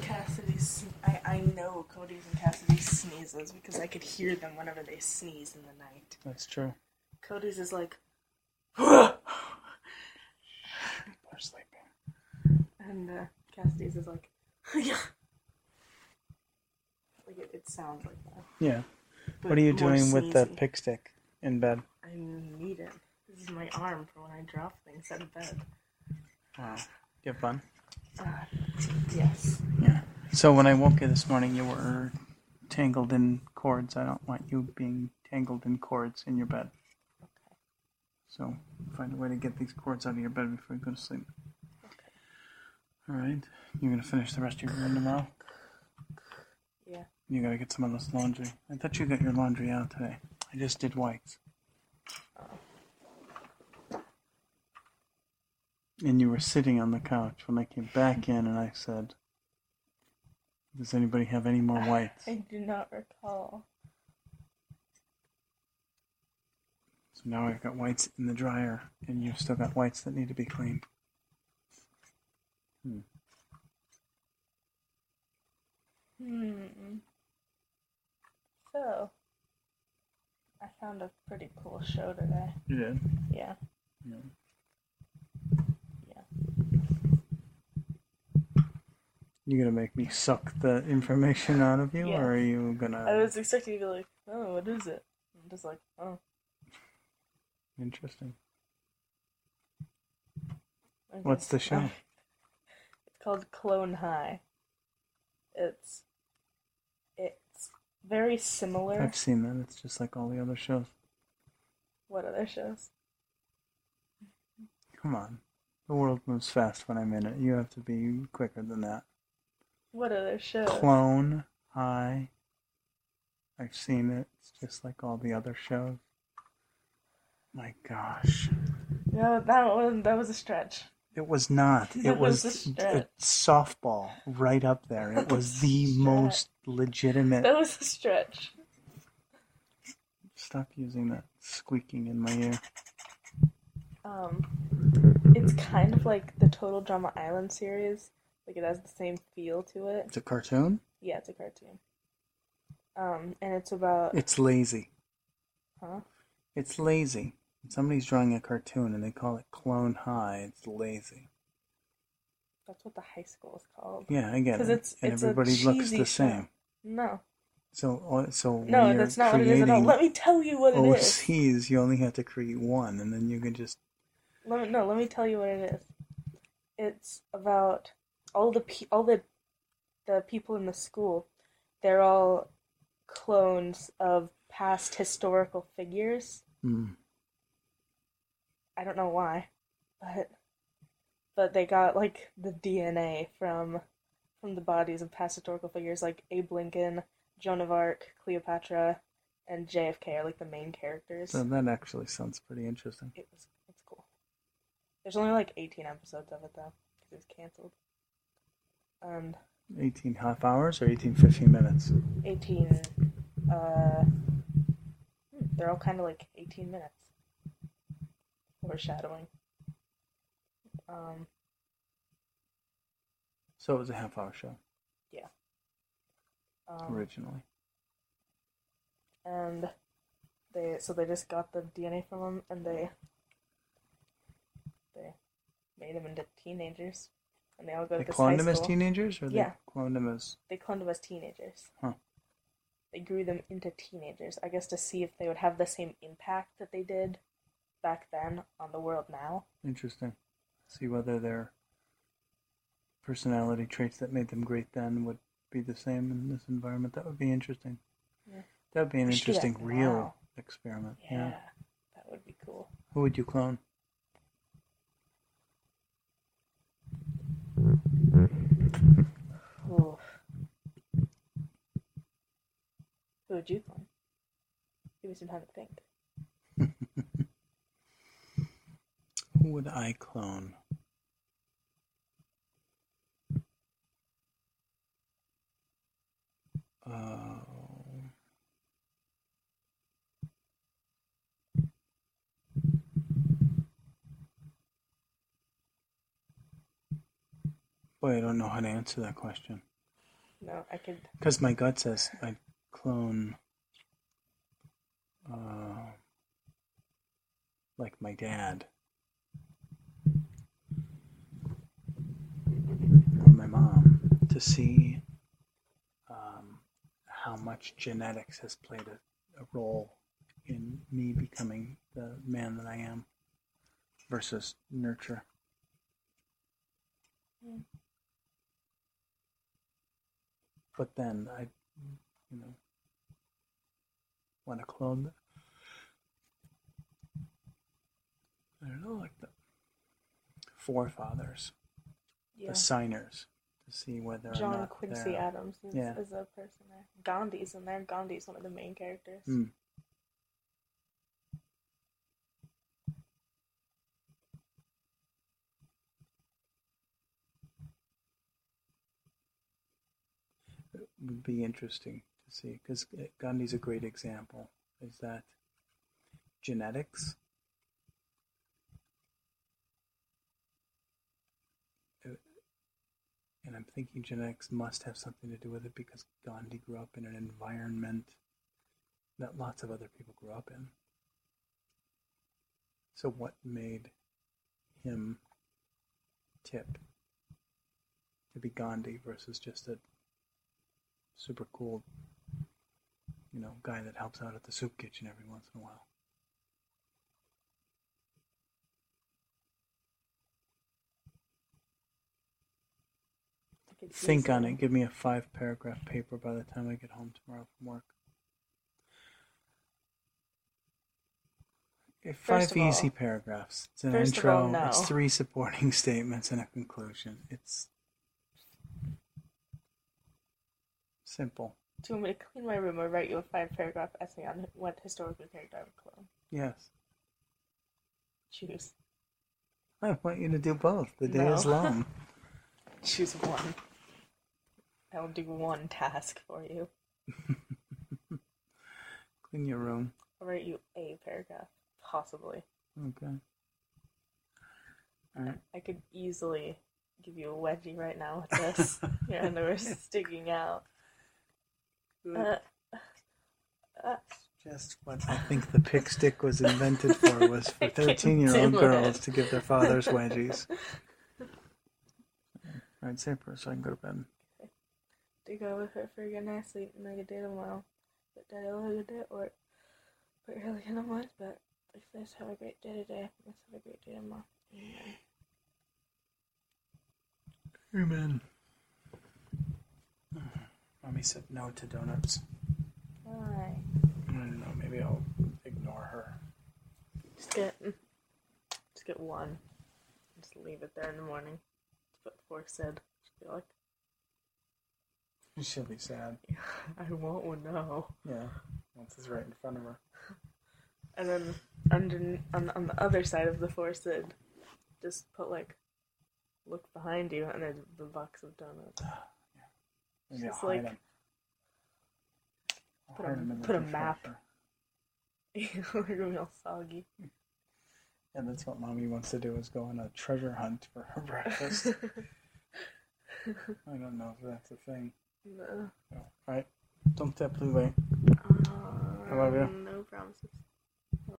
Cody's. I, I know Cody's and Cassidy's sneezes because I could hear them whenever they sneeze in the night. That's true. Cody's is like, They're sleeping. and uh, Cassidy's is like, yeah. Like it, it sounds like that. Yeah. but what are you more doing with the sneezy. pick stick in bed? I need it. This is my arm for when I drop things out of bed. Wow. You have Ah. fun? Uh, yes. Yeah. So when I woke you this morning, you were tangled in cords. I don't want you being tangled in cords in your bed. Okay. So find a way to get these cords out of your bed before you go to sleep. Okay. All right. You're gonna finish the rest of your room tomorrow. Yeah. You gotta get some of this laundry. I thought you got your laundry out today. I just did whites. And you were sitting on the couch when I came back in, and I said, "Does anybody have any more whites?" I do not recall. So now I've got whites in the dryer, and you've still got whites that need to be cleaned. Hmm. So, I found a pretty cool show today. You did. Yeah. Yeah. Yeah. You gonna make me suck the information out of you, Yeah. or are you gonna? I was expecting you to be like, oh, what is it? I'm just like, oh, Interesting. I What's guess- the show? It's called Clone High. It's it's very similar. I've seen that. It's just like all the other shows. What other shows? Come on, the world moves fast when I'm in it. You have to be quicker than that. What other shows? Clone High. I've seen it. It's just like all the other shows. My gosh. no, that one that was a stretch. It was not. It It was was a a stretch. softball right up there. It was the Stretch. most legitimate. That was a stretch. Stop using that squeaking in my ear. Um, it's kind of like the Total Drama Island series. Like it has the same feel to it. It's a cartoon. Yeah, it's a cartoon. Um, and it's about It's lazy. huh? It's lazy. When somebody's drawing a cartoon and they call it Clone High. It's lazy. That's what the high school is called. Yeah, I get it. 'Cause it's- and it's a everybody looks cheesy the show. same. No, So, uh, so no, when you're that's not what it is creating at all. Let me tell you what it is. OCs, you only have to create one, and then you can just Let me, no, let me tell you what it is. It's about all the pe- all the the people in the school. They're all clones of past historical figures. mm, I don't know why, but but they got like the DNA from from the bodies of past historical figures like Abe Lincoln, Joan of Arc, Cleopatra, and JFK are like the main characters. So that actually sounds pretty interesting. It was it's cool. There's only like 18 episodes of it though because it was canceled. Um, 18 half hours or 18, 15 minutes? 18. Uh, hmm, they're all kind of like 18 minutes. Foreshadowing. Um. So it was a half hour show um originally. and they so they just got the DNA from them and they they made them into teenagers and they all go They to this cloned high them as school. teenagers, or they Yeah. cloned them as they cloned them as teenagers. Huh. They grew them into teenagers, I guess, to see if they would have the same impact that they did back then on the world now. interesting. See whether their personality traits that made them great then would be the same in this environment. That would be interesting. Yeah. That would be an We should do that interesting real now. experiment. Yeah, Yeah. that would be cool. Who would you clone? Ooh. Who would you clone? Give me some time to think. Who would I clone? Oh. Boy, I don't know how to answer that question. No, I could. Because my gut says I clone, uh, like my dad or my mom to see um, how much genetics has played a, a role in me becoming the man that I am versus nurture. Mm. But then I, you know, want to clone. I don't know, like the forefathers, Yeah. the signers, to see whether or John Uh, not Quincy they're- Adams is, yeah. is a person there. Gandhi's in there. Gandhi's one of the main characters. Hmm. it would be interesting to see because Gandhi's a great example. Is that genetics? Uh, And I'm thinking genetics must have something to do with it because Gandhi grew up in an environment that lots of other people grew up in. So, what made him tip to be Gandhi versus just a super cool, you know, guy that helps out at the soup kitchen every once in a while. I could use Think on him. it. Give me a five paragraph paper by the time I get home tomorrow from work. Eh, First Five of all- easy paragraphs. It's an first of intro. all, no. It's three supporting statements and a conclusion. It's simple. Do you want me to clean my room or write you a five paragraph essay on what historical character I would clone? Yes. Choose. I want you to do both. The day is No. long. Choose one. I'll do one task for you. Clean your room. I'll write you a paragraph, possibly. Okay. All right. I could easily give you a wedgie right now with this. Your underwear sticking out. Uh, uh, Just what I think the pick stick was invented for was for I can't 13 year old do it. girls to give their fathers wedgies. All right, say so I can go to bed. Think I would hurt for a good night's sleep and make a day tomorrow. But daddy will have a good day at work. But really in a month, but let's have a great day today. Let's have a great day tomorrow. Amen. Amen. Mommy said no to donuts. Why? I don't know, maybe I'll ignore her. Just get just get one. Just leave it there in the morning. That's what Fork said. Just be like, She'll be sad. I won't know. Yeah, once it's right in front of her. And then under on, on the other side of the foresaid, just put like, look behind you, and there's the box of donuts. Maybe She's I'll hide like- them. I'll Put a- hide 'em in the put a map. dishwasher. You're gonna be all soggy. And that's what mommy wants to do is go on a treasure hunt for her breakfast. I don't know if that's a thing. no. All right. Don't step too late. Um, love you. No promises.